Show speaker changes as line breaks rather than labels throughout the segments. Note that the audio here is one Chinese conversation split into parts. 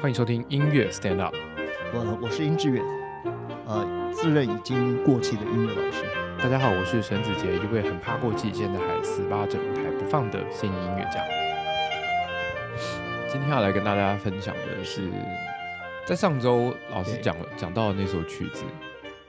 欢迎收听音乐 Stand Up，
我我是殷志远，呃，自认已经过气的音乐老师。
大家好，我是沈子杰，一位很怕过气，现在还死扒着舞台不放的现役音乐家。今天要来跟大家分享的是，在上周老师
对
讲了讲到的那首曲子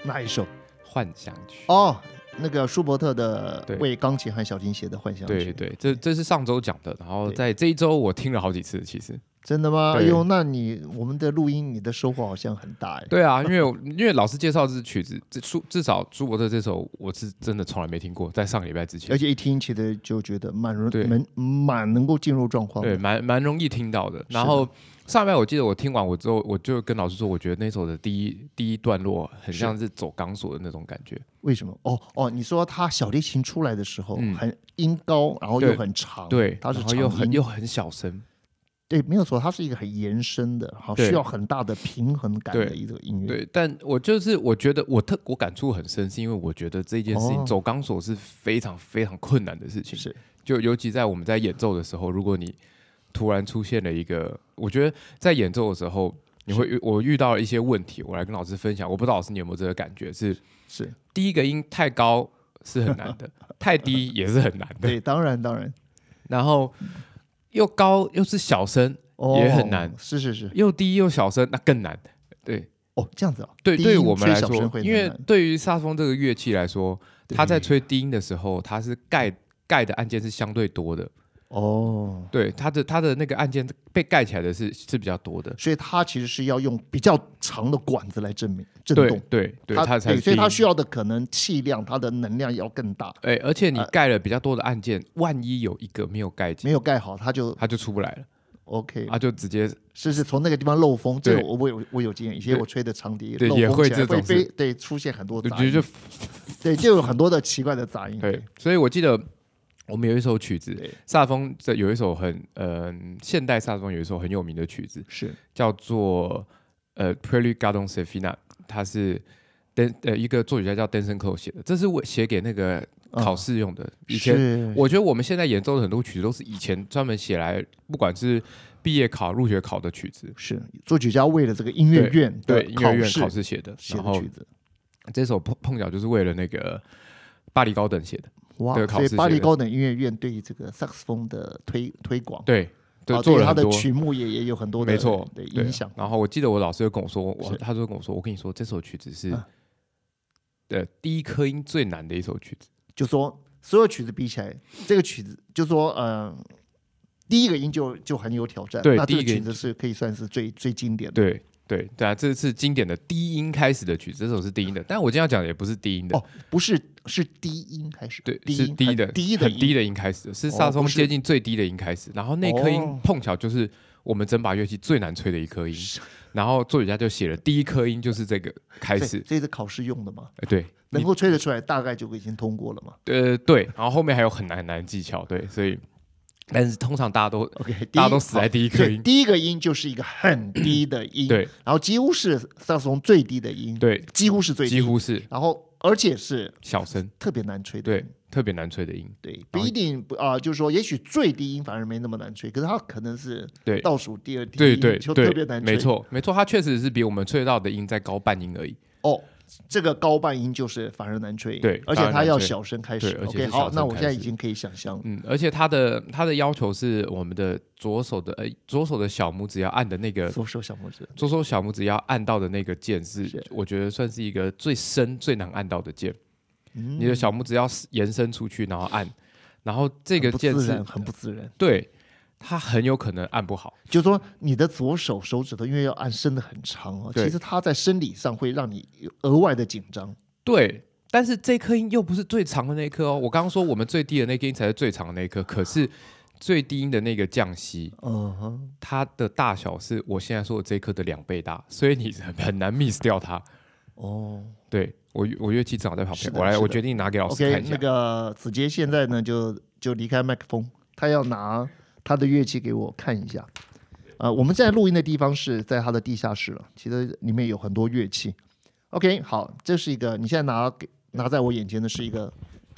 《
哪一首？
幻想曲》。
哦，那个舒伯特的
对
为钢琴和小提琴写的幻想曲。
对对，这这是上周讲的，然后
对
在这一周我听了好几次，其实。
真的吗？哎
对
呦，那你我们的录音，你的收获好像很大哎。
对啊，因为我因为老师介绍这曲子，这舒至少舒伯特这首我是真的从来没听过，在上个礼拜之前
而，且一听起来就觉得蛮容
对
蛮蛮能够进入状况的。
对，蛮蛮容易听到的。
是的
然后上半我记得我听完我之后，我就跟老师说，我觉得那首的第一第一段落很像是走钢索的那种感觉，
为什么？哦哦，你说他小提琴出来的时候
嗯
很音高，然后
对
又很长，
对，
哦它是
然后又
长
很
音
又很小声，
对，没有错，它是一个很延伸的，好
对
需要很大的平衡感
对
的一个音乐。
对。但我就是我觉得我特我感触很深，是因为我觉得这件事情
哦
走钢索是非常非常困难的事情，
是
就尤其在我们在演奏的时候，如果你突然出现了一个，我觉得在演奏的时候。你会遇我遇到了一些问题，我来跟老师分享。我不知道老师你有没有这个感觉，是
是，
第一个音太高是很难 的，太低也是很难的，
对，当然当然，
然后又高又是小声，
哦，
也很难
是是是，
又低又小声，那更难。对
哦，这样子啊，
对，
低
对于
音
我们
吹
来
小声
说，
会
因
很
为
难
对于萨风这个乐器来说，
对
它在吹低音的时候，它是盖盖的按键是相对多的，
哦，
对它的它的那个按键被盖起来的是是比较多的。
所以它其实是要用比较长的管子来证明震
对
动，
对对，它才
对，所以
低
它
音
需要的可能气量，它的能量要更大，
哎，而且你
呃
盖了比较多的按键，万一有一个没有盖紧，
没有盖好，它就
它就出不来了，
OK，
它就直接
是是从那个地方漏风，这
啊对
个我我有我有经验，以前
对
我吹的长笛
对
漏
也
风
会
起来
这
会
种事
飞，对，出现很多
就
杂音
就，
对，就有很多的奇怪的杂音，
对，所以我记得我们有一首曲子
嗯对，
萨风这有一首很嗯、现代萨风有一首很有名的曲子，
是
叫做呃《Prelude Garden Sefina》，它是登呃一个作曲家叫 Danson Cole 写的，这是我写给那个考试用的。以前
哦是
我觉得我们现在演奏的很多曲子都是以前专门写来，不管是毕业考、入学考的曲子，
是作曲家为了这个音乐
对
院的
对音乐院考
试
试写的。
写
然
的
后
曲子，
这首碰碰巧就是为了那个巴黎高等写的，
哇
对，考
所以
试
巴
写
黎
的
高等音乐院对于这个萨克斯风的推推广，
对。对，
啊
做了
他
很
的
多
曲目也也有很多的
没错，
对
对
影响。
然后我记得我老师就跟我说，我
是
他就跟我说，我跟你说，这首曲子是
啊
呃第一颗音最难的一首曲子。
就说所有曲子比起来，这个曲子就说呃，第一个音就就很有挑战。
对
那
第
这
一
个
个音
曲子是可以算是最最经典的。
对对对啊，这是经典的低音开始的曲子，这首是低音的。但我今天要讲的也不是低音的，
啊哦，不是是低音还是
对，
低
是
音
低的，
很低的
很
音
低的音开始的，是萨克斯
哦
风
不是
接近最低的音开始。然后那颗音
哦
碰巧就是我们整把乐器最难吹的一颗音。然后作曲家就写了第一颗音就是这个开
这
始，
这是考试用的嘛，
呃对，
能够吹得出来，大概就已经通过了嘛。
呃对，然后后面还有很难很难的技巧，对，所以但是通常大家都
OK，第一
大家都死在
好
第一颗
所以
音。
第一个音就是一个很低的音，
对，
然后几乎是萨克斯风最低的音，，
对，
几乎是最低
几，乎是
然后而且是
小声，
特别难吹的，
对，特别难吹的音，
对，
然
不
后
一定不啊、就是说，也许最低音反而没那么难吹，可是它可能是
对，
倒数第二低
对
音
对
就
对，
特别难吹。
没，错没错，它确实是比我们吹到的音再高半音而已。
哦，这个高半音就是反而难吹，
对
而且
反而
它要
难吹
小声开始
对。而且
OK，
是小
好，
声
那我
开
现在已
始
经可以想象了，
嗯，而且它的它的要求是我们的左手的呃左手的小拇指要按的那个。
左手小拇指，
左手小拇指要按到的那个键是
是，
我觉得算是一个最深、最难按到的键。
嗯，
你的小拇指要延伸出去，然后按，然后这个
很不
键
自
是
然，，很不自然。
对，它很有可能按不好。
就是说，你的左手手指头因为要按伸的很长哦，
对
其实它在生理上会让你有额外的紧张。
对，但是这颗音又不是最长的那一颗哦。我刚刚说我们最低的那颗音才是最长的那一颗，可是最低音的那个降息，
嗯哼，
它的大小是我现在说的这一颗的两倍大，所以你 很很难 miss 掉它。
哦。
对我，我乐器正好在旁
是
边，
的
我来，
是的
我决定拿给老师
OK，
看一下。
那个子杰现在呢就就离开麦克风，他要拿他的乐器给我看一下。呃，我们现在录音的地方是在他的地下室了，其实里面有很多乐器。OK，好，这是一个你现在拿给拿在我眼前的是一个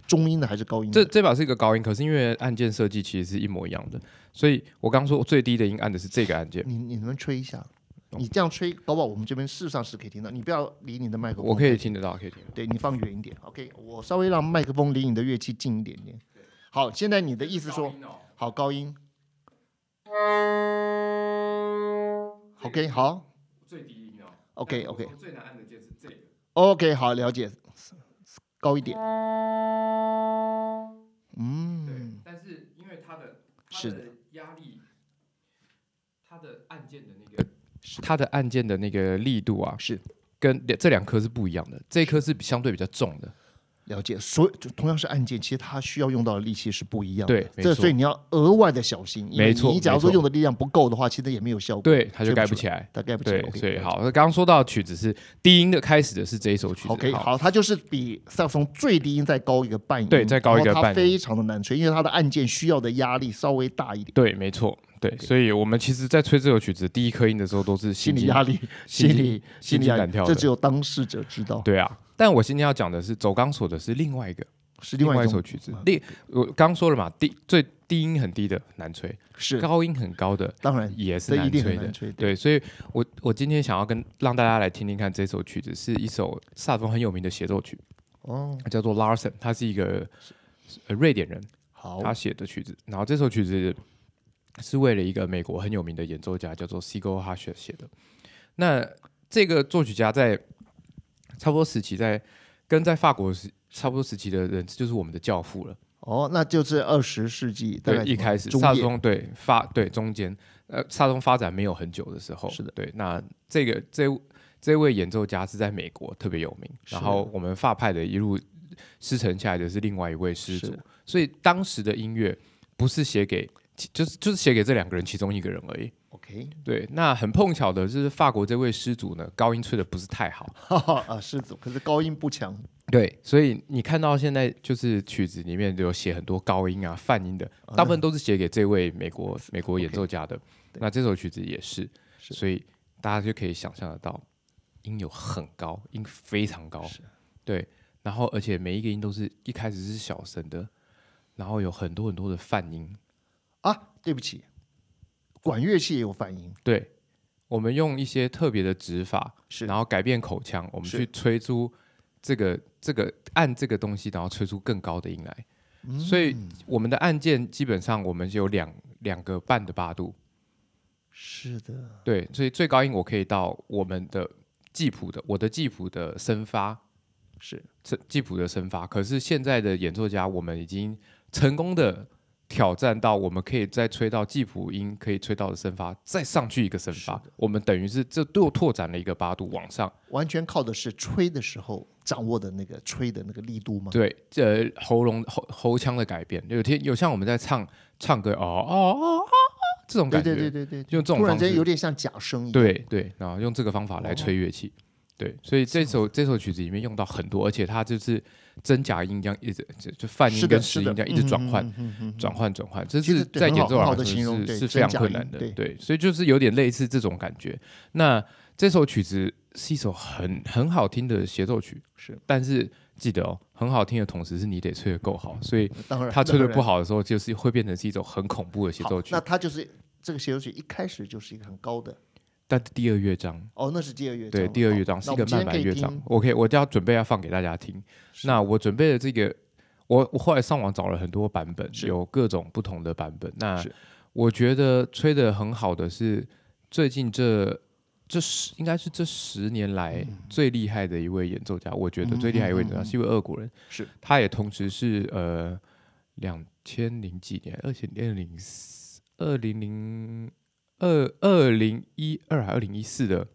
中音的还是高音
这
的？
这把是一个高音，可是因为按键
嗯
设计其实是一模一样的，所以我刚刚说最低的音按的是这个按键。
你你能吹一下？
动
你。这样吹，搞不好我们这边事实上是可以听到。你不要离你的麦克风，
我可以听得到，可以听得到。
对你放远一点，OK，我稍微让麦克风离你的乐器近一点点。好，现在你的意思说，
哦
好高音，OK，好
最低音哦。
OK，但我说
最难按的键是这个。
，OK，好，了解，高一点，
对
嗯，，
但是因为它的
它是的
压力，它的按键的那个，它的按键的那个力度啊，
是
跟这两颗是不一样的。这一颗是相对比较重的，
了解。所以就同样是按键，其实它需要用到的力气是不一样的。
对没
这
错
所以你要额外的小心，因为
没错
你假如说
没错
用的力量不够的话，其实也没有效果，
对，它就
吹不
盖不
出
起来。
大概不
对
行。，OK，
所以
了解
好，那刚刚说到的曲子是低音的开始的是这一首曲子。
OK，好，它就是比萨克斯风最低音再高一个半音，
对再高一个
然后
半
它
音
非常的难吹，因为它的按键需要的压力稍微大一点，
对，没错，对，所以我们其实，在吹这首曲子第一颗音的时候，都是心
心理
惊
压力，
心
心
惊
理
心
心理
惊
压
胆
力
跳，的
这只有当事者知道，
对啊，但我今天要讲的是走钢索的是另外一个
是另外
一
种
首曲子。另我刚说了嘛，低最低音很低的难吹，
是，
高音很高的
当然
也是
这一
难
定
吹
很
的
难。吹，对，
对，所以我我今天想要跟让大家来听听看这首曲子，是一首萨克斯风很有名的协奏曲，
哦，
叫做 Larsen，他是一个呃瑞典人，
好，
他写的曲子。然后这首曲子是为了一个美国很有名的演奏家叫做 s i g o h a s h 写的。那这个作曲家在差不多时期在，跟在法国时差不多时期的人，就是我们的教父了。
哦，那就是二十世纪大
对
概，
一开始
中
萨
叶
松对发对中间，呃，萨松发展没有很久的时候，
是的
对。那这个这这位演奏家是在美国特别有名，然
是
后我们法派的一路师承下来的是另外一位师
是
祖，所以当时的音乐不是写给，其就是就是写给这两个人其中一个人而已。
OK，
对，那很碰巧的就是法国这位师祖呢，高音吹的不是太好，
哈哈啊，是，可是高音不强，
对，所以你看到现在就是曲子里面有写很多高音啊、泛音的，
嗯
大部分都是写给这位美国美国演奏家的。
对
那这首曲子也是，
是
所以大家就可以想象得到，音有很高，音非常高，对。然后而且每一个音都是一开始是小声的，然后有很多很多的泛音。
啊，对不起，管乐器也有反应，
对，我们用一些特别的指法，
是
然后改变口腔，我们
是
去吹出这个这个按这个东西，然后吹出更高的音来。
嗯
所以我们的按键基本上我们有两两个半的八度，
是的，
对，所以最高音我可以到我们的记谱的我的记谱的升发，
是
这记谱的升发。可是现在的演奏家，我们已经成功的挑战到，我们可以再吹到记谱音可以吹到的升发，再上去一个升发，我们等于是这又拓展了一个八度往上。
完全靠的是吹的时候掌握的那个吹的那个力度吗？
对，呃，喉咙喉喉腔的改变，有天有像我们在唱唱歌哦哦哦哦哦这种
对
感觉，
对对对对，
用这种
突
方
然间有哦
式，
点像假声一样。，
对对，然后用这个方法来吹乐器，对，所以这首这首曲子里面用到很多，而且它就是真假音这样一直就就泛音
是的嗯
跟实音这样一直转换。转换转换，这
其实
是
对
在
很
演
好
奏
很
上
好
来
地形
说
容
是
对
是非常
真假
困
音
难的
对，
对，所以就是有点类似这种感觉。那这首曲子是一首很很好听的协奏曲，
是，
但是记得哦，很好听的同时是你得吹得够好，所以
当然
它吹得不
好
好的时候，就是会变成是一种很恐怖的协奏曲
那。它就是这个协奏曲一开始就是一个很高的，
但第二乐章，
哦，那是第二乐章。
对，第二乐章
好
是一个慢板乐章。。
那
OK，我就要准备要放给大家听。
是
那我准备的这个，我我后来上网找了很多版本，
是
有各种不同的版本。那
是
我觉得吹得很好的是最近这这十应该是这十年来最厉害的一位演奏家，我觉得最厉害一位演奏家嗯是一位俄国人，
是
他也同时是呃两千零几年，二千二零二零零二二零一二还二零一四的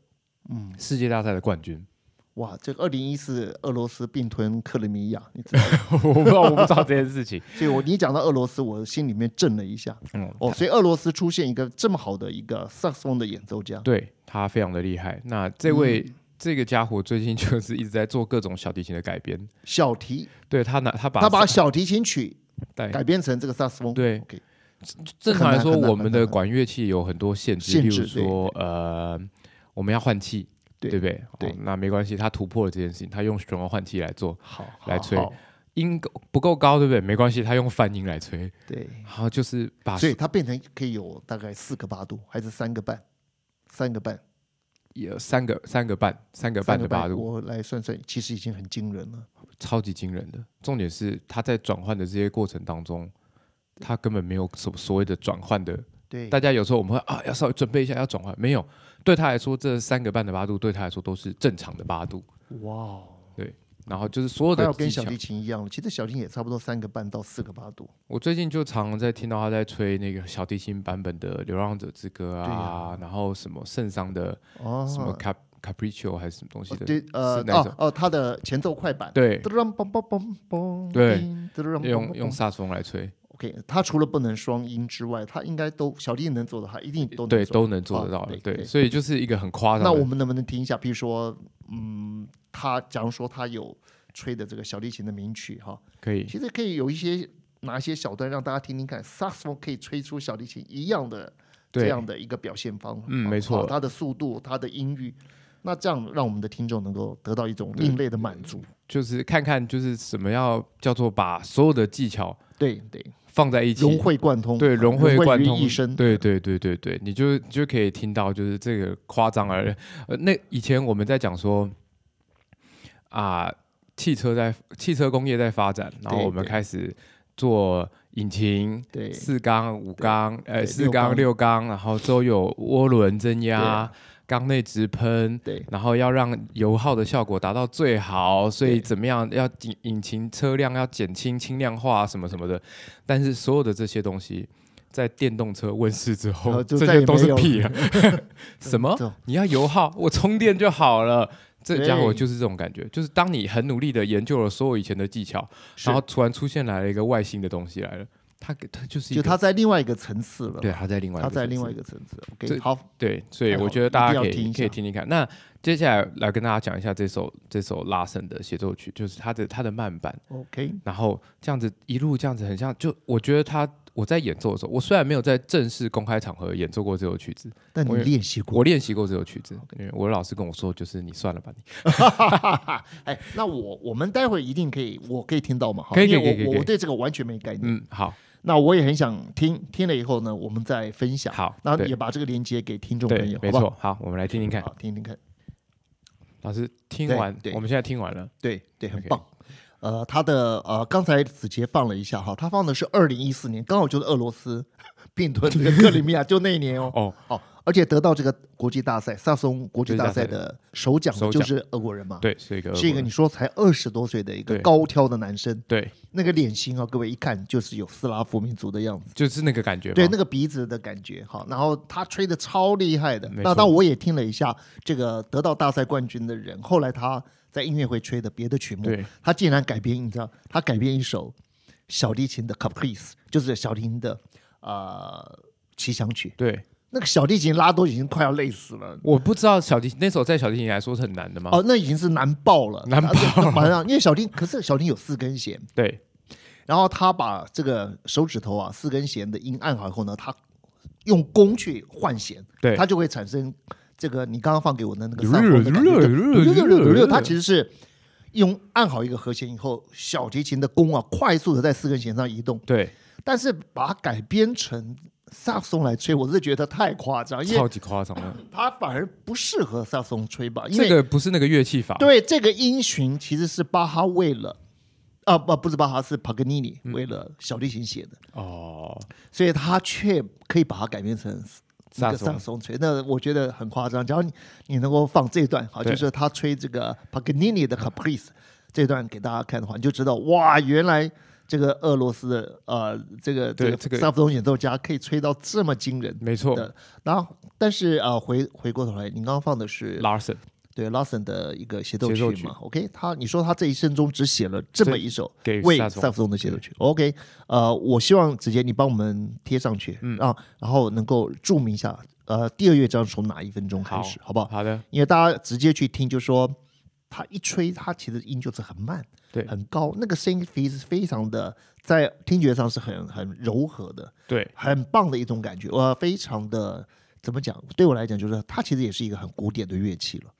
嗯世界大赛的冠军，
我们今天可以听哇，这个二零一四俄罗斯并吞克里米亚，你知道
我不知道我不知道这件事情，
所以我你讲到俄罗斯，我心里面震了一下。
嗯，
哦，所以俄罗斯出现一个这么好的一个萨克斯风的演奏家，
对他非常的厉害。那这位、这个家伙最近就是一直在做各种小提琴的改编，
小提，
对他拿他把
他把小提琴曲
对
改编成这个萨克斯风。
对
OK
正常来说，
很难很难
我们的管乐器有很多限制，
限
例
制
如说呃，我们要换气，
对
不对？
对
好那没关系，他突破了这件事情，他用循环换气来做，
好，好
来吹
好
音够不够高，对不对？没关系，他用泛音来吹，
对。
然后就是把
所以它变成可以有大概四个八度，还是三个半，三个半，
也三个三个半三个半的八
八
度，
我来算算，其实已经很惊人了。
超级惊人的。重点是他在转换的这些过程当中，他根本没有所所谓的转换的
对，
大家有时候我们会啊，要稍微准备一下要转换，没有，对他来说这三个半的八度对他来说都是正常的八度，
哇哦，
然后就是所有
快
的
要跟
技巧
小。提琴一样了。其实小提琴也差不多三个半到四个八度。
我最近就常常在听到他在吹那个小提琴版本的《流浪者之歌》
对
啊
啊，
然后什么圣桑的
哦，
什么 Cap Capriccio 还是什么东西
哦
的，
对，呃
是，哪一
哦
种
哦，它的前奏快板，
对，
嘟啷嘣嘣嘣嘣，
对
叮，嘟啷嘣
用
嘣
用
嘣
萨克斯风来吹，
OK，它除了不能双音之外，它应该都小弟能做的，它一定都能
对，
做
都能做得
哦
到的对，
对，对
所以就是一个很夸张
那我
的，
们能不能听一下？比如说，嗯，他假如说他有吹的这个小提琴的名曲哈，
可以
其实可以有一些拿一些小段让大家听听看，萨克斯风可以吹出小提琴一样的这
对
样的一个表现方法。
嗯
好
没错
它的速度，它的音域，那这样让我们的听众能够得到一种另类的满足。
就是看看就是什么要叫做把所有的技巧
对对，
放在一起，
融会贯通，
对，融会贯
于
通
一身。
对对对对对，你就就可以听到，就是这个夸张而，呃，那以前我们在讲说啊、汽车在汽车工业在发展，然后
对
我们
对
开始做引擎。
对
四缸、五缸，呃，
对
四
六
缸、
缸
六缸，然后都有涡轮增
对
压
啊、
缸内直喷，
对
然后要让油耗的效果达到最好，所以
对
怎么样要引引擎车辆要减轻、轻量化什么什么的。但是所有的这些东西，在电动车问世之后，
呃就
这
再也
些都
没
是
有
屁 了。 什么？
这种
你要油耗，我充电就好了。这
对
家伙就是这种感觉，就是当你很努力的研究了所有以前的技巧，然后
是
突然出现来了一个外星的东西来了，它它就是一
就
个
他在另外一个层次了。
对，它在另外一
他
个
在
层
另
次
外一个层次。
这
OK，好，
对，所以
太好
我觉
了
得
一
大
定
家
要
可
听
以
一
可以
下
听听看。那接下来来跟大家讲一下这首这首拉伸的协奏曲，就是它的它的慢板，
OK，
然后这样子一路这样子很像，就我觉得它我在演奏的时候，我虽然没有在正式公开场合演奏过这首曲子，
但你
我也
练习过
我 练习过这首曲子，因为我的老师跟我说，就是你算了吧，你
哎，那我我们待会儿一定可以，我可以听到嘛？哈
可以
因为
可以可以
我
可以
我我对这个完全没概念。
嗯，好
那我也很想听，听了以后呢，我们再分享。
好，
那
对
也把这个链接给听众朋
对
友，，
没
好不好
错，好，我们来听听看，
好，听听看。
老师听
对
完，
对
我们现在听完了，
对对，很
OK
棒。呃，他的呃，刚才子杰放了一下哈，他放的是二零一四年，刚好就是俄罗斯 并吞这个克里米亚，就那一年哦。
哦，
哦，而且得到这个国际大赛萨松国际大赛
国际
的首奖的
首
就
奖
是俄国人嘛。，
对，是一个
是一
俄国
个你
人
说才二十多岁的一个
对
高挑的男生，
对，
那个脸型啊，各位一看就是有斯拉夫民族的样子。
就是那个感觉嘛，
对那个鼻子的感觉，好，然后他吹的超厉害的。
没
那
错
当我也听了一下这个得到大赛冠军的人，后来他在音乐会吹的别的曲目，
对
他竟然改编，你知道，他改编一首小提琴的 Caprice，就是小提琴的呃奇想曲。
对，
那个小提琴拉都已经快要累死了。
我不知道小提那首在小提琴来说是很难的吗？
哦，那已经是难爆了，
啊 难爆
了，马上，因为小提，可是小提有四根弦，
对，
然后他把这个手指头啊四根弦的音按好以后呢，他用弓去换弦，
对
它就会产生这个你刚刚放给我的那个
热
萨克的感觉
热
就
热
对对对对
热
对它其实是用按好一个和弦以后，小提琴的弓啊快速的在四根弦上移动，
对，
但是把它改编成萨克松来吹，我是觉得太夸张，因
超
为
级夸张的，
它反而不适合萨克松吹吧， 因为
这个不是那个乐器法，
对，这个音循其实是巴哈为了，啊不不是巴哈是帕格尼
嗯
尼为了小提琴写的，
哦，
所以他却可以把它改编成
萨
那个
松
萨松吹，那我觉得很夸张。只要你你能够放这一段，好，
对
就是他吹这个帕格尼尼的 Caprice 这段给大家看的话，你就知道哇，原来。这个俄罗斯的呃，这个
对
这个
这个
萨克斯风演奏家可以吹到这么惊人
没错
的，然后但是呃，回回过头来，你刚刚放的是
，Larson，
对 Lawson 的一个协奏
协
曲
奏
嘛
曲
o k 他你说他这一生中只写了这么一首
给
为
萨
萨
松
克斯风的协奏曲，OK，呃，我希望直接你帮我们贴上去，嗯啊，然后能够注明一下，呃，第二乐章从哪一分钟开始，好不好？
好的，
因为大家直接去听，就说他一吹，他其实音就是很慢，
对
很高，那个声音非非常的在听觉上是很很柔和的，
对，
很棒的一种感觉，呃，非常的怎么讲？对我来讲，就是它其实也是一个很古典的乐器了。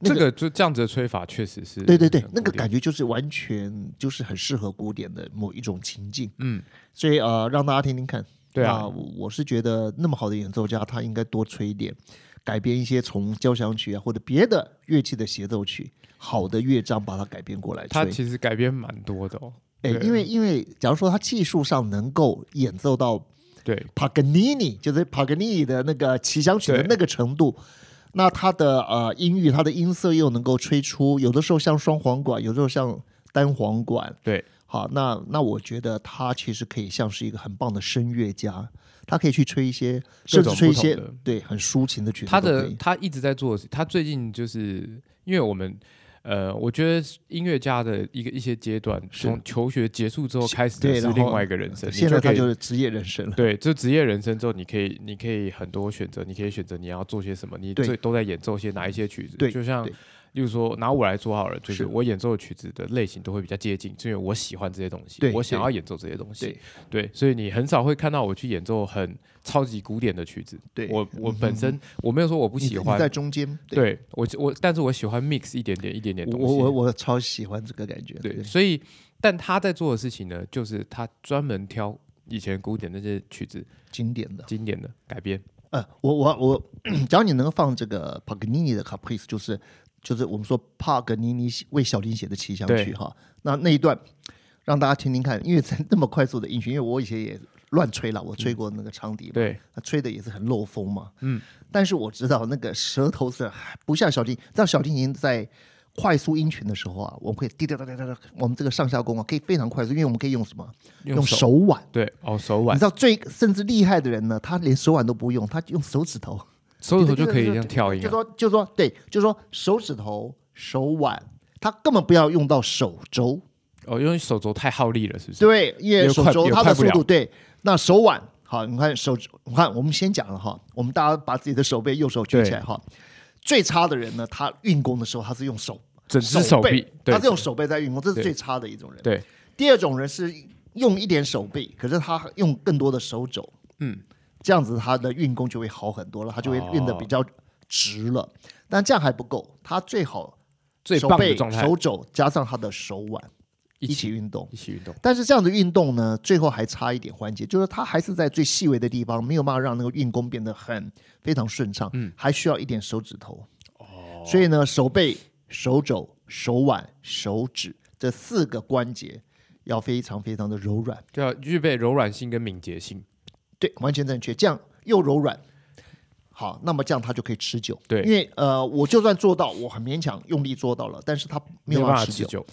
那
这个就这样子的吹法确实是，
对对对，那个
觉，
感觉就是完全就是很适合古典的某一种情境，
嗯，
所以呃，让大家听听看。
对
那
啊，
我是觉得那么好的演奏家，他应该多吹一点，改编一些从交响曲啊或者别的乐器的协奏曲，好的乐章把它改编过来
他
吹。
其实改编蛮多的哦。
哎，
对
因为因为假如说他技术上能够演奏到
对，
帕格尼尼，就是帕格尼尼的那个奇想曲的
对
那个程度。那他的呃音域，他的音色又能够吹出，有的时候像双簧管，有的时候像单簧管。
对，
好，那那我觉得他其实可以像是一个很棒的声乐家，他可以去吹一些，
各
甚至
种
吹
不
一
同
些
的。
对很抒情的曲子
他
都可以。
的他一直在做的事，他最近就是因为我们。呃，我觉得音乐家的一个一些阶段，
是
从求学结束之后开始
对
的是
然后
另外一个人生，
现在
呃你
他
可以
就是职业人生了。
对，就职业人生之后，你可以，你可以很多选择，你可以选择你要做些什么，你
对
最都在演奏些哪一些曲子。
对
就像
对，
例如说拿我来说好了，就是
是
我演奏的曲子的类型都会比较接近，因为我喜欢这些东西
对，
我想
对
要演奏这些东西。对，所以你很少会看到我去演奏很超级古典的曲子。
对
我我
嗯
本身我没有说我不
你
喜
你在
欢，
中间。对，
对我我，但是我喜欢 mix 一点点一点点
我
东西。
我我我超喜欢这个感觉。
对，所以但他在做的事情呢，就是他专门挑以前古典那些曲子
经典的。
经典的改编。
呃，我我我，只要你能放这个帕格尼尼的 Caprice，就是就是我们说帕格尼尼为小林写的奇想曲
对
哈，那那一段让大家听听看，因为在那么快速的音讯，因为我以前也乱吹了，我吹过那个长笛嘛，
对。
他吹的也是很漏风嘛，
嗯，
但是我知道那个舌头是还不像小提琴，但小提琴在快速音群的时候啊，我们可以滴答答答答答，我们这个上下弓啊可以非常快速，因为我们可以用什么？用手腕。
对哦，手
你
腕
知道最甚至厉害的人呢，他连手腕都不用，他用手指头。
手指头就可以这样跳音
就
啊，
说就说对，就说手指头、手腕，他根本不要用到手肘，
哦，因为手肘太耗力了，是不是？
对，因为
也
手
快
肘
也
它
快
的
不
速度
了
对，那手腕好，你看手指，你看我们先讲了哈，我们大家把自己的手背右手举起来哈，最差的人呢，他运功的时候他是用手
整只手
背
臂，对
他是用手背在运功，这是
对
最差的一种人。
对，
第二种人是用一点手臂，可是他用更多的手肘，
嗯，哦
这样子他的运功就会好很多了，他就会运得比较直了。但这样还不够，他最好
最
手
棒的
背、
状态
手，肘加上他的手腕
一
一
起
起运动。
一起运动，
但是这样的运动呢，最后还差一点环节，就是他还是在最细微的地方没有办法让那个运功变得很非常顺畅，嗯，还需要一点手指头。哦，所以呢，手背、手肘、手腕、手指这四个关节要非常非常的柔软，
就要啊具备柔软性跟敏捷性。
对，完全正确，这样又柔软。好，那么这样他就可以持久。
对
因为呃，我就算做到，我很勉强用力做到了，但是他没有
办
办
法
法
持
持久。
久，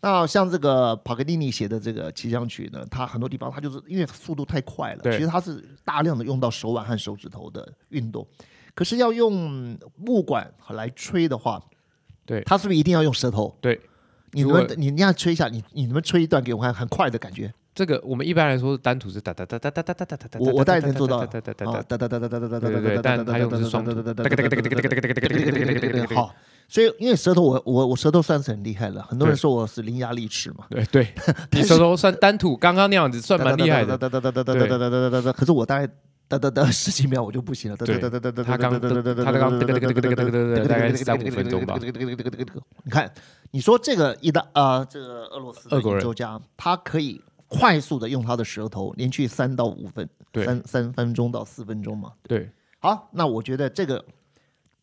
那像这个帕格尼尼写的这个奇想曲呢，它很多地方它就是因为速度太快了，
对
其实它是大量的用到手腕和手指头的运动。可是要用木管来吹的话，
对
它是不是一定要用舌头？
对，
你
如果
们你你要吹一下，你你们吹一段给我看，很快的感觉。
这个我们一般来说单土是哒哒哒哒哒哒哒哒哒哒，
我我大概能做到
哒哒哒哒
啊
哒，
哒哒哒哒哒哒哒哒
对
哒
对，
哒
但它用的是双
哒
哒
哒
哒
哒
哒哒
哒
哒哒
哒哒
哒哒
哒
哒哒哒哒哒，
好，所以因为舌头我我我舌头算是很厉害了，很多人
对
说我是伶牙俐齿嘛。
对 对，你手头算单土，刚刚那样子算蛮厉害的，
哒哒哒哒哒哒哒哒哒哒哒。可是我大概哒哒哒十几秒我就不行了，哒哒哒哒哒哒。你看，你说这个意大啊，这个俄罗斯的演奏家，他可以快速的用他的舌头，连续三到五分，三三分钟到四分钟嘛。
对，
好，那我觉得这个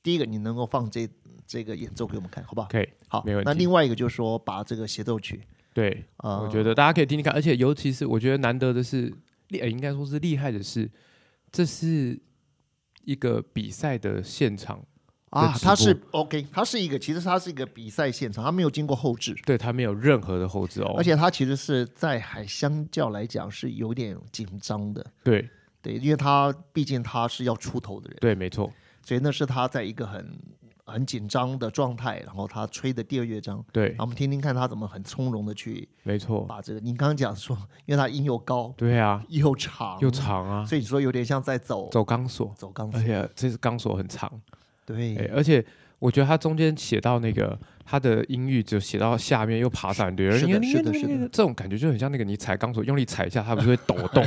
第一个你能够放这这个演奏给我们看，好不好？
可以，
好，
没问题
那另外一个就是说，把这个协奏曲
对，
啊，
我觉得大家可以听听看，而且尤其是我觉得难得的是，厉、呃应该说是厉害的是，这是一个比赛的现场，
啊
的，直
它是
播
OK，它是一个，其实它是一个比赛现场，它没有经过后置，
对它没有任何的后置哦，
而且它其实是在还相较来讲是有点紧张的，
对
对，因为他毕竟他是要出头的人，
对，没错，
所以那是他在一个很很紧张的状态，然后他吹的第二乐章，
对
然后我们听听看他怎么很从容的去
没错，
把这个，你刚刚讲说，因为他音又高
对啊，
又长
又，长啊，
所以你说有点像在走
走钢索，
走哦钢
而
索，
且这是钢索很长，
对，
哎，而且我觉得它中间写到那个它的音域只有写到下面又爬上来，对，
是的
你看
是的
你看
是的
你看这种感觉就很像那个你踩钢索用力踩一下，它不是会抖动，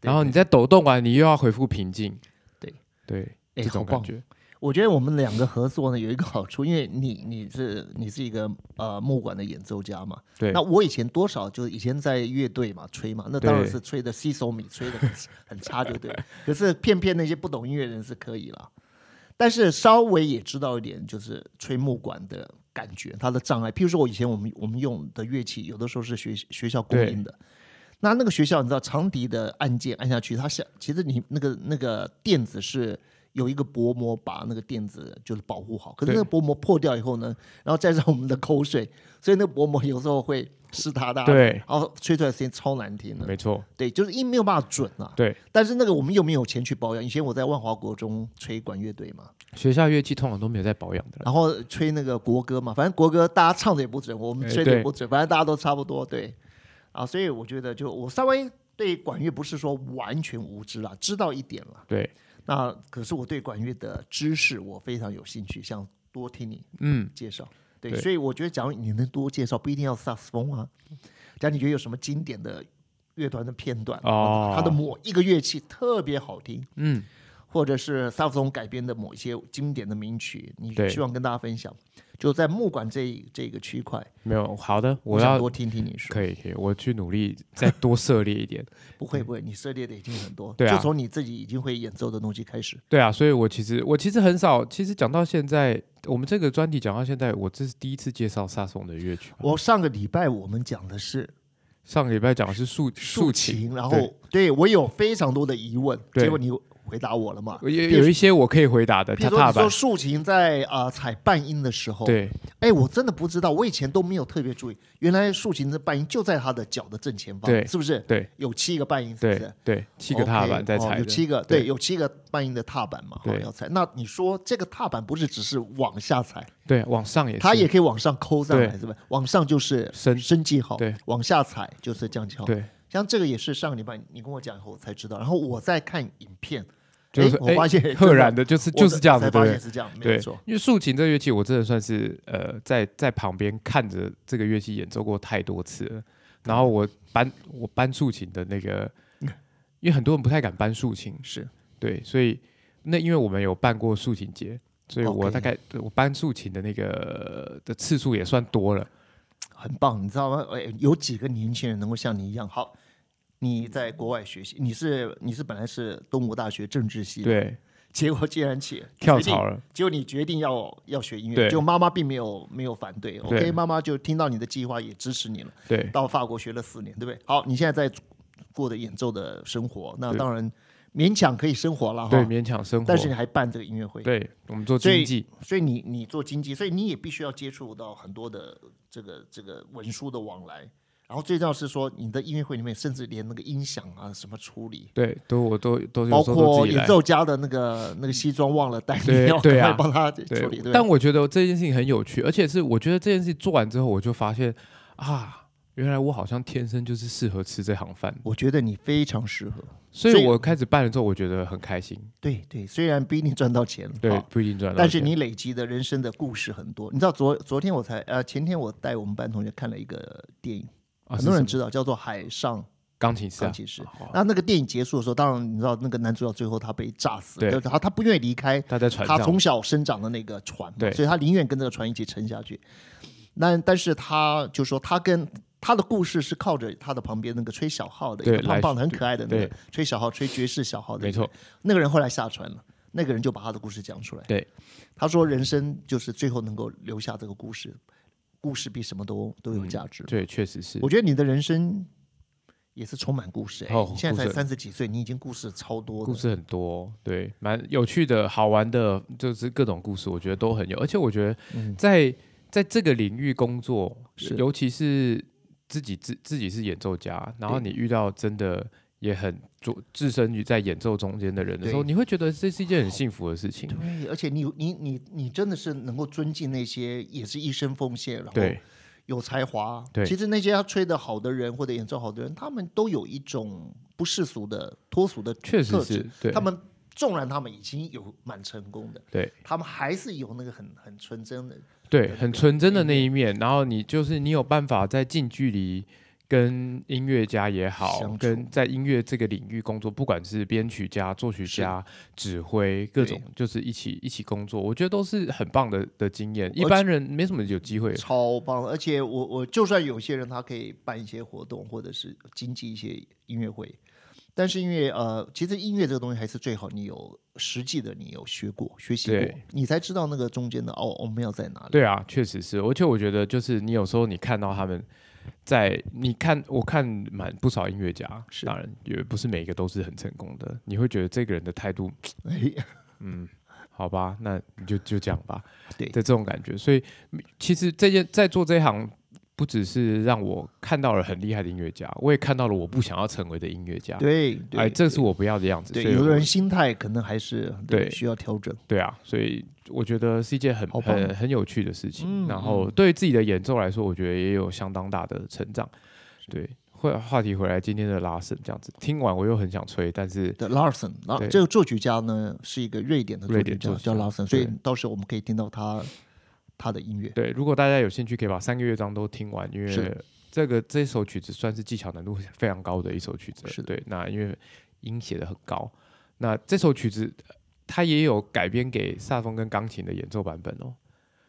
然后
对
你再抖动完，你又要恢复平静，
对
对。
哎
这
好
种
棒
感觉，
我觉得我们两个合作呢有一个好处，因为你你是你是一个呃木管的演奏家嘛，
对
那我以前多少就是以前在乐队嘛吹嘛，那当然
对
是吹的 稀手米，吹的很很差就对了。可是骗骗那些不懂音乐人是可以啦。但是稍微也知道一点，就是吹木管的感觉，它的障碍。譬如说，我以前我们我们用的乐器，有的时候是学学校供应的。那那个学校，你知道长笛的按键按下去，它下其实你那个那个垫子是有一个薄膜把那个垫子就是保护好，可是
对
那个薄膜破掉以后呢，然后再上我们的口水，所以那个薄膜有时候会湿哒哒，，
对，
然后吹出来的声音超难听的，
没错，
对，就是音没有办法准啊。
对，
但是那个我们又没有钱去保养。以前我在万华国中吹管乐队嘛，
学校乐器通常都没有在保养的啦。
然后吹那个国歌嘛，反正国歌大家唱的也不准，我们
哎
吹的也
对
不准，反正大家都差不多。对，啊，所以我觉得就我稍微对管乐不是说完全无知啦，知道一点啦。
对，
那可是我对管乐的知识我非常有兴趣，想多听你
嗯，
介绍。对，
对
所以我觉得，假如你能多介绍，不一定要萨克斯风啊。假如你觉得有什么经典的乐团的片段，
哦
它的某一个乐器特别好听，
嗯，
或者是萨克斯风改编的某一些经典的名曲，你
对
希望跟大家分享，就在木管这一这个区块，
没有，好的，我
想
要
多听听你说。
可以可以，我去努力再多涉猎一点。
不会不会，你涉猎的已经很多，
对啊
就从你自己已经会演奏的东西开始。
对啊，所以我其实我其实很少，其实讲到现在，我们这个专题讲到现在，我这是第一次介绍萨松的乐曲吧。
我上个礼拜我们讲的是
上个礼拜讲的是竖
竖
竖琴，
琴，然后对我有非常多的疑问，
对
结果你回答我了嘛？
有
比如
有一些我可以回答的，
譬
他
如说，
踏
你
板
说竖琴在啊、呃踩半音的时候，，
对
哎，我真的不知道，我以前都没有特别注意，原来竖琴的半音就在他的脚的正前方，
对
是不是？
对
有七个半音，是
对
不是？
对，七个踏板在
OK，哦
踩
有
的，
七个，对，有七个半音的踏板嘛，哈
对
要踩。那你说这个踏板不是只是往下踩，
对，往上也
它
是
也可以往上抠上来，
对
是吧？往上就是
升
升记号，
对，
往下踩就是降记号。
对，
像这个也是上个礼拜你跟我讲以后我才知道，然后我在看影片，
就是
哎我发现
哎
真的
赫然的，就是
我
就是这样
才
子，对
发
不
现
对
是这样，没有
对
错。，
因为竖琴这乐器，我真的算是呃，在在旁边看着这个乐器演奏过太多次了。然
嗯
后我搬我搬竖琴的那个，因为很多人不太敢搬竖琴，
是
对，所以那因为我们有办过竖琴节，所以我
OK
大概对我搬竖琴的那个的次数也算多了。
很棒，你知道吗？哎，有几个年轻人能够像你一样好？你在国外学习，你是你是本来是东吴大学政治系，，
对，
结果竟然起
跳，
决定
槽了，
结果你决定要要学音乐，
对
结果妈妈并没有没有反对，OK，
对
妈妈就听到你的计划也支持你了，
对
到法国学了四年，对不对？好，你现在在过的演奏的生活，那
对
当然勉强可以生活了
对，
哈，
勉强生活
但。是你还办这个音乐
嗯
会，
哦对，我们做
所以
经济，
所以你你做经济，所以你也必须要接触到很多的这个这个文书的往来。然后最重要是说，你的音乐会里面甚至连那个音响啊什么处理，
对，都我都都有
包
时候都
括
自己来
演。奏家的那 个那个西装忘了带，
对
你要赶
对
快
啊
帮他处理。对吧，
但我觉得这件事情很有趣，而且是我觉得这件事情做完之后，我就发现啊，原来我好像天生就是适合吃这行饭，
我觉得你非常适合。
所
所以
以我开始办了之后，我觉得很开心。
对对，虽然不一定赚到钱，
对
啊，
不一定赚到钱，
但是你累积的人生的故事很多。你知道昨昨天我才呃前天我带我们班同学看了一个电影，
啊
很
是
多人
什么
知道叫做《海上
钢琴师
钢
啊，
琴师》
哦
那那个电影结束的时候，当然你知道那个男主角最后他被炸死，
对
然后他不愿意离开
他在船
他
上，
从小生长的那个船嘛，
对
所以他宁愿跟这个船一起沉下去。那但是他就说他跟他的故事是靠着他的旁边那个吹小号的，一
对
个胖胖的
来
很可爱的那个
对
吹小号吹爵士小号的，
没错，
那个人后来下船了，那个人就把他的故事讲出来。
对，
他说人生就是最后能够留下这个故事，故事比什么都都有价值。
对，确实是
我，觉得你的人生也是充满故事、哎
哦
你现
故
在才
事
三十几岁，你已经故事超多
故
的。
事很多，对，蛮有趣的，好玩的，就是各种故事，我觉得都很有，而且我觉得
嗯
在、在这个领域工作，
是
尤其是自己自自己是演奏家，然后你遇到真的也很做置身于在演奏中间的人的时候，
对
你会觉得这是一件很幸福的事情，
对，而且你你你你真的是能够尊敬那些也是一生奉献，然后
对
有才华。
对
其实那些他吹的好的人或者演奏好的人，他们都有一种不世俗的脱俗的
确实
特质
是，对，
他们纵然他们已经有蛮成功的，
对
他们还是有那个很很纯真的。
对，很纯真的那一面。然后你就是你有办法在近距离跟音乐家也好
相，处
跟在音乐这个领域工作，不管是编曲家、作曲家、指挥各种，就是一起一起工作，我觉得都是很棒的的经验。一般人没什么有机会。
超棒的！而且我我就算有些人他可以办一些活动，或者是经济一些音乐会，但是因为呃，其实音乐这个东西还是最好你有实际的，你有学过、学习过
对，
你才知道那个中间的哦奥奥妙在哪里。
对啊，确实是，而且我觉得就是你有时候你看到他们在，你看我看蛮不少音乐家，
是
当然也不是每一个都是很成功的，你会觉得这个人的态度，
哎，
嗯，好吧，那你就就这样吧，
对
的这种感觉。所以其实这件在做这一行，不只是让我看到了很厉害的音乐家，我也看到了我不想要成为的音乐家。
对，对
哎，这是我不要的样子。
对，
所
对
以
有的
我
人心态可能还是
对
需要调整。
对啊，所以我觉得是一件很
好棒
很很有趣的事情。
嗯
然后
嗯
对于自己的演奏来说，我觉得也有相当大的成长。对，话话题回来今天的拉伸这样子，听完我又很想吹，但是
的 Larson，然后
对
这个作曲家呢是一个瑞典的作
瑞
曲
典
家，
作曲
叫
家
Larson，所以
对
到时候我们可以听到他他的音乐。
对，如果大家有兴趣，可以把三个乐章都听完，因为
是
这个这首曲子算是技巧难度非常高的一首曲子。
是的
对，那因为音写的很高，那这首曲子呃它也有改编给萨风跟钢琴的演奏版本哦。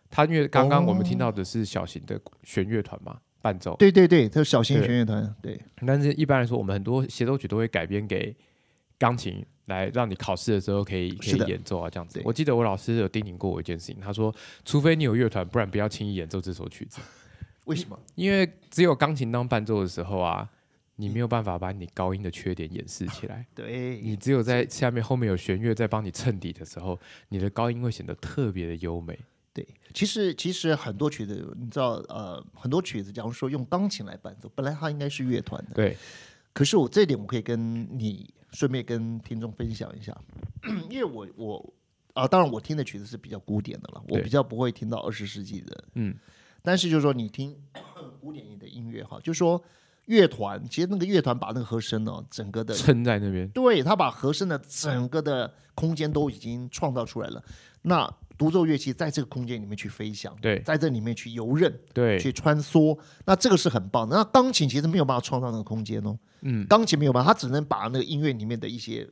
它因为刚刚我们听到的是小型的弦乐团嘛，伴奏。
对对对，他是小型
对
弦乐团，对
但是一般来说，我们很多协奏曲都会改编给钢琴，来让你考试的时候可以可
是
以
的
演奏啊，这样子
对。
我记得我老师有叮咛过我一件事情，他说，除非你有乐团，不然不要轻易演奏这首曲子，
为什么？
因为只有钢琴当伴奏的时候啊，你没有办法把你高音的缺点掩饰起
嗯
来。你
对，
只有在下面后面有弦乐在帮你衬底的时候，你的高音会显得特别的优美。
对，其实其实很多曲子，你知道，呃，很多曲子，假如说用钢琴来伴奏，本来它应该是乐团的，
对，
可是我这一点我可以跟你顺便跟听众分享一下，因为我我啊，当然我听的曲子是比较古典的了，我
对
比较不会听到二十世纪的，
嗯，
但是就是说你听古典的音乐哈，就是说乐团，其实那个乐团把那个和声呢、整 个的
撑在那边。
对他把和声的
嗯
整个的空间都已经创造出来了。那独奏乐器在这个空间里面去飞翔，
对
在这里面去游刃、
对，
去穿梭，那这个是很棒的。那钢琴其实没有办法创造那个空间哦，
嗯，
钢琴没有办法，它只能把那个音乐里面的一些，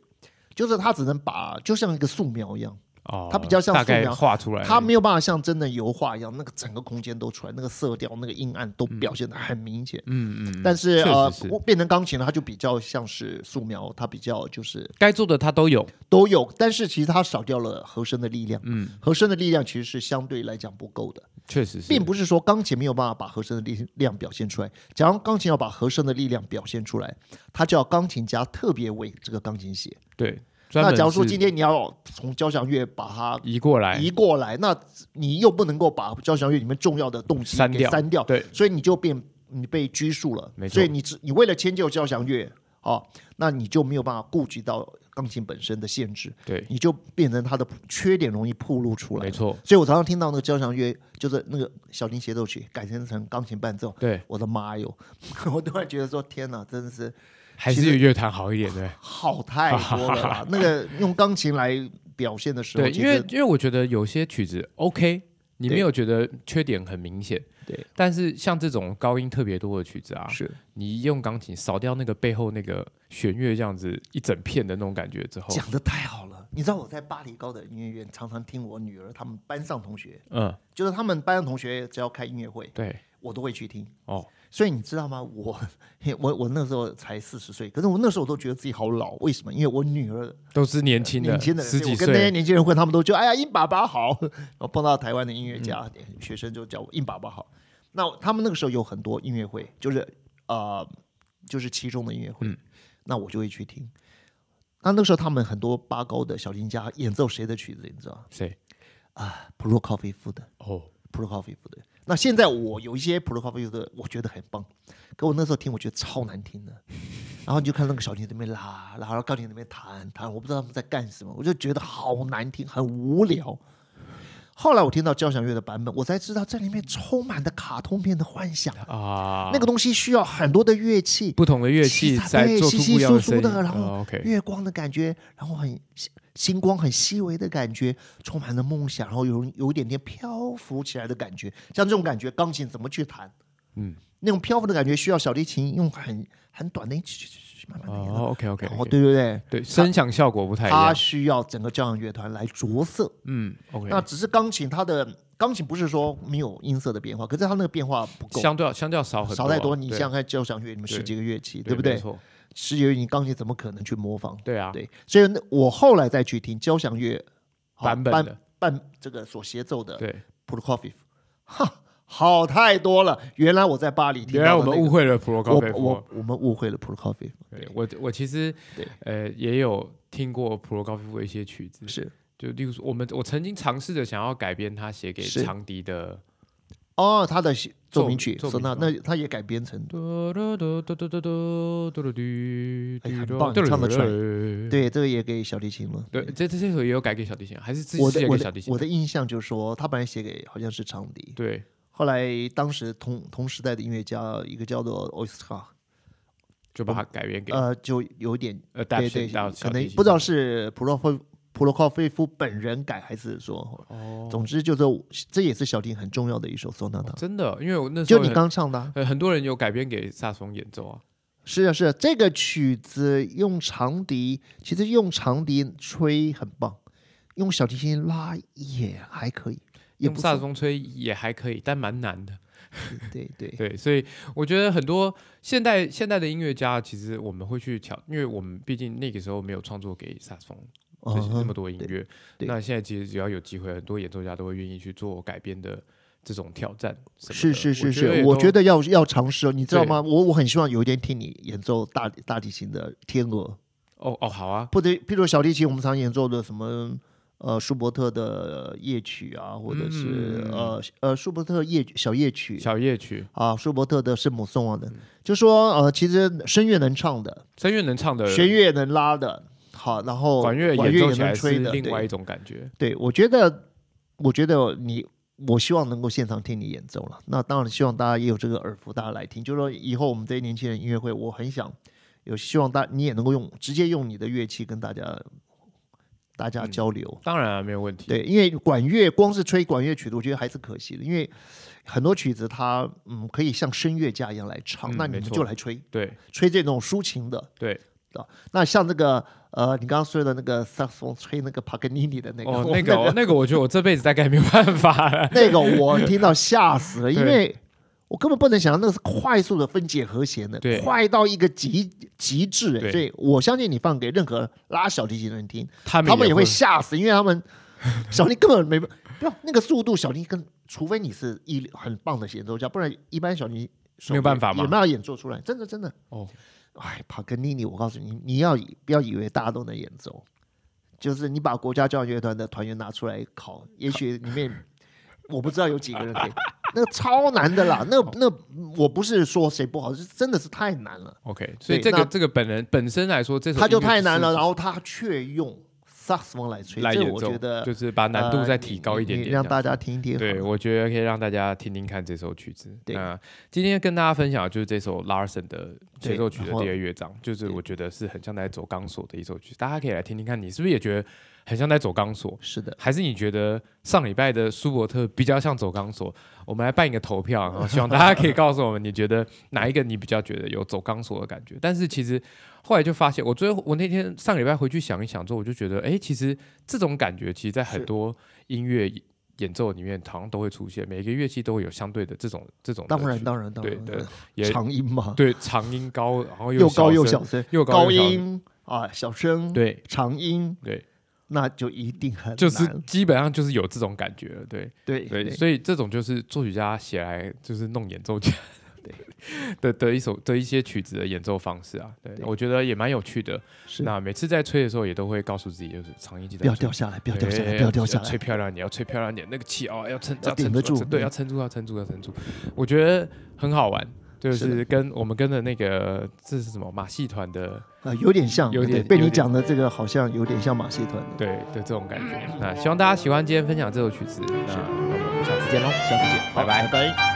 就是它只能把，就像一个素描一样，
哦，
它比较像
大概
素描
画出来。
它没有办法像真的油画一样，那个整个空间都出来，那个色调、那个阴暗都表现的很明显。
嗯，嗯嗯，
但
确
是
实
呃
是，
我变成钢琴了，它就比较像是素描，它比较就是
该做的它都有。
都有，但是其实它少掉了和声的力量。
嗯，
和声的力量其实是相对来讲不够的，
确实是，
并不是说钢琴没有办法把和声的力量表现出来。假如钢琴要把和声的力量表现出来，它就要钢琴家特别为这个钢琴写。
对。专
那
门
假如说
是
今天你要从交响乐把它
移过来，
移过来，那你又不能够把交响乐里面重要的动机
删
给
掉
删掉，
对，
所以你就变你被拘束了
没。错
所以你只你为了迁就交响乐哦，那你就没有办法顾及到钢琴本身的限制，
对，
你就变成它的缺点容易暴露出来。
没。错，
所以我常常听到那个交响乐，就是那个小提琴协奏曲改编成钢琴伴奏，
对，
我的妈哟！ 我突然觉得说，天哪，真的是
还
其
是
实
乐坛好一点，对，
好太多了 啦。那个用钢琴来表现的时候，
对，
其
因为
实
因为我觉得有些曲子 OK，你
对
没有觉得缺点很明显，
对，
但是像这种高音特别多的曲子啊，
是
你用钢琴扫掉那个背后那个弦乐这样子一整片的那种感觉之后，
讲的太好了。你知道我在巴黎高等音乐院常常听我女儿他们班上同学，
嗯，
就是他们班上同学只要开音乐会，
对，
我都会去听。
哦，
所以你知道吗？我 我我那时候才四十岁，可是我那时候都觉得自己好老。为什么？因为我女儿
都是年轻的，
年轻的人，
十
所以
几
我跟那些
岁，
年轻人混，他们都觉得哎呀硬爸爸好。 我碰到台湾的音乐家、
嗯
学生就叫我硬爸爸好。那他们那个时候有很多音乐会，就是呃就是其中的音乐会，
嗯
那我就会去听。那那个时候他们很多八高的小提琴家演奏谁的曲子，你知道吗
谁？
啊？普洛科菲夫的。
哦，
普罗科菲夫的。那现在我有一些普罗科菲夫的，我觉得很棒，可我那时候听我觉得超难听的。然后你就看那个小提琴在那边拉，然后钢琴在那边弹弹，我不知道他们在干什么，我就觉得好难听，很无聊。后来我听到交响乐的版本，我才知道这里面充满的卡通片的幻想，
啊，
那个东西需要很多的乐器，
不同的乐器
稀
在
对
做
稀
出
稀
不一样
疏
的
疏
声音
的然后
哦，OK，
月光的感觉，然后很星星光很细微的感觉，充满了梦想，然后有有一点点漂浮起来的感觉，像这种感觉，钢琴怎么去弹？
嗯，
那种漂浮的感觉需要小提琴用很很短的一曲曲曲慢慢的演奏，
哦，OK，OK，
然后对啊对对，
对，声响效果不太一
它
样，
需要整个交响乐团来着色。
嗯，OK，
那只是钢琴，它的钢琴不是说没有音色的变化，可是它那个变化不够，
相对要相对要少很
少
啊
太多。你
对
想想看交响乐，你们
对
十几个乐器，
对
不
没
对？
错
石油你钢琴怎么可能去模仿？
对啊，
对，所以那我后来再去听交响乐好
版本的，
伴这个所协奏的
对，
Prokofiev，哈，好太多了。原来我在巴黎听
原来
到
我
的那个、
们误会了普罗高菲
我我我们误会了 Prokofiev，
对我我其实
对
呃也有听过普罗高菲夫的一些曲子，
是
就例如说我们我曾经尝试着想要改编他写给
是
长笛的，
哦，他的协奏鸣曲，
奏
所以那
奏
那他也改编成
嘟嘟嘟嘟嘟嘟嘟嘟嘟嘟
哎
嘟
很
嘟
棒
嘟
你唱得
嘟
出来
嘟
对这个也给小提琴了。
对，这这些首也有改给小提琴，还是自己
我
写
的
给
我
小
的
提琴
我？的印象就是说，他本来写给好像是长笛，
对，
后来当时同同时代的音乐家一个叫做 Oyster，
就把它改编给
呃，就有点
呃，
对对，
到小
可能
提琴
不知道
上
是普罗菲普罗科菲夫本人改还是说，
哦，
总之就是这也是小提琴很重要的一首 sonata，、
真的，因为我那时
就
候
你
很
刚唱的啊、
呃很多人有改编给萨克斯风演奏啊，
是啊是啊，这个曲子用长笛，其实用长笛吹很棒，用小提琴拉也还可以，也
用
不
萨克斯
错，
风吹也还可以，但蛮难的。
对对
对，所以我觉得很多现代现代的音乐家，其实我们会去挑，因为我们毕竟那个时候没有创作给萨克斯风这些
嗯
那
哼
么多音乐，
对
那现在其实只要有机会，很多演奏家都会愿意去做改编的这种挑战什么的。
是是是
也
是，我
都
觉得要要尝试哦，你知道
对
吗？我我很希望有一天听你演奏大大提琴的《天鹅》，
哦哦好啊，
或者譬如小提琴，我们常演奏的什么呃舒伯特的夜曲啊，或者是、
嗯
呃呃舒伯特夜小夜曲
小嗯夜曲，
啊，舒伯特的圣母颂啊等，就说呃其实声乐能唱的，
声乐能唱的，
弦乐能拉的，好，然后
呃管乐
管
演奏
乐也
起来
能
是
吹的，
另外一
对
种感觉。
对，我觉得我觉得你。我希望能够现场听你演奏了，那当然希望大家也有这个耳福，大家来听。就说以后我们这些年轻人音乐会，我很想有希望大你也能够用直接用你的乐器跟大家大家
嗯
交流。
当然、啊、没有问题。
对，因为管乐光是吹管乐曲子，我觉得还是可惜的，因为很多曲子它嗯可以像声乐家一样来唱，
嗯
那你
没
们
错
就来吹
对
吹这种抒情的。
对，
那像那个呃，你刚刚说的那个萨克斯风吹那个帕格尼尼的那个，
哦
我
那 个哦那个，我觉得我这辈子大概没有办法了。
那个我听到吓死了，因
对
为我根本不能想象那个是快速的分解和弦的
对，
快到一个极极致、
对
欸。所以我相信你放给任何拉小提琴的人听，
他们
他们也
会
会吓死，因为他们小林根本没办不要那个速度，小林跟除非你是一很棒的演奏家，不然一般小林手
没有办法吗
也没有演奏出来，真的真的。
哦，
哎，帕格尼尼，我告诉你，你要以不要以为大家都能演奏，就是你把国家交响乐团的团员拿出来考，也许里面我不知道有几个人可以，那个超难的啦，
哦
那那我不是说谁不好，是真的是太难了，
OK，所以
对
这个
那
这个本人本身来说，这首
他就
音乐
太难
是
了，然后他却用萨克斯风来吹，
来
这
演
我
奏
觉得
就是把难度
呃
再
你
提高一点
你
点，
让
这样
大家听一听。
对，我觉得可以让大家听听看这首曲子。
对
那今天跟大家分享的就是这首 Larson 的协
对
奏曲的
然后
第二乐章，就是
对
我觉得是很像在走钢索的一首曲，大家可以来听听看，你是不是也觉得很像在走钢索？
是的，
还是你觉得上礼拜的舒伯特比较像走钢索？我们来办一个投票，然 后希望大家可以告诉我们，你觉得哪一个你比较觉得有走钢索的感觉？但是其实后来就发现，我最后我那天上礼拜回去想一想之后，我就觉得，哎，其实这种感觉，其实在很
是
多音乐演奏里面，好像都会出现，每个乐器都会有相对的这种这种的
当然
曲
当然当
对
然，
对也
长音嘛，
对长音高，然后
又高又
小
小声，
声，又
高
高又小声，
音啊小声，
对
长音，
对，
那就一定很
就是
难
基本上就是有这种感觉了，对。
对
对，所以这种就是作曲家写来就是弄演奏家
对
的的一首的一些曲子的演奏方式啊，对
对
我觉得也蛮有趣的。
是
那每次在吹的时候，也都会告诉自己，就是长音记得
不要掉下来，不要掉下来，不要掉下
哎吹
来。
漂亮一点，要吹漂亮一点，那个气哦要撑，撑
要顶得
住，
住
对，
嗯
要撑住，要撑住，要撑住。我觉得很好玩。就是是跟我们跟的那个这是什么马戏团的
啊，有点像，
有点
对被
有
你
点
讲的这个好像有点像马戏团的。
对的这种感觉，那希望大家喜欢今天分享这首曲子，那那我们下次见喽，
下次见，好
拜拜
拜拜。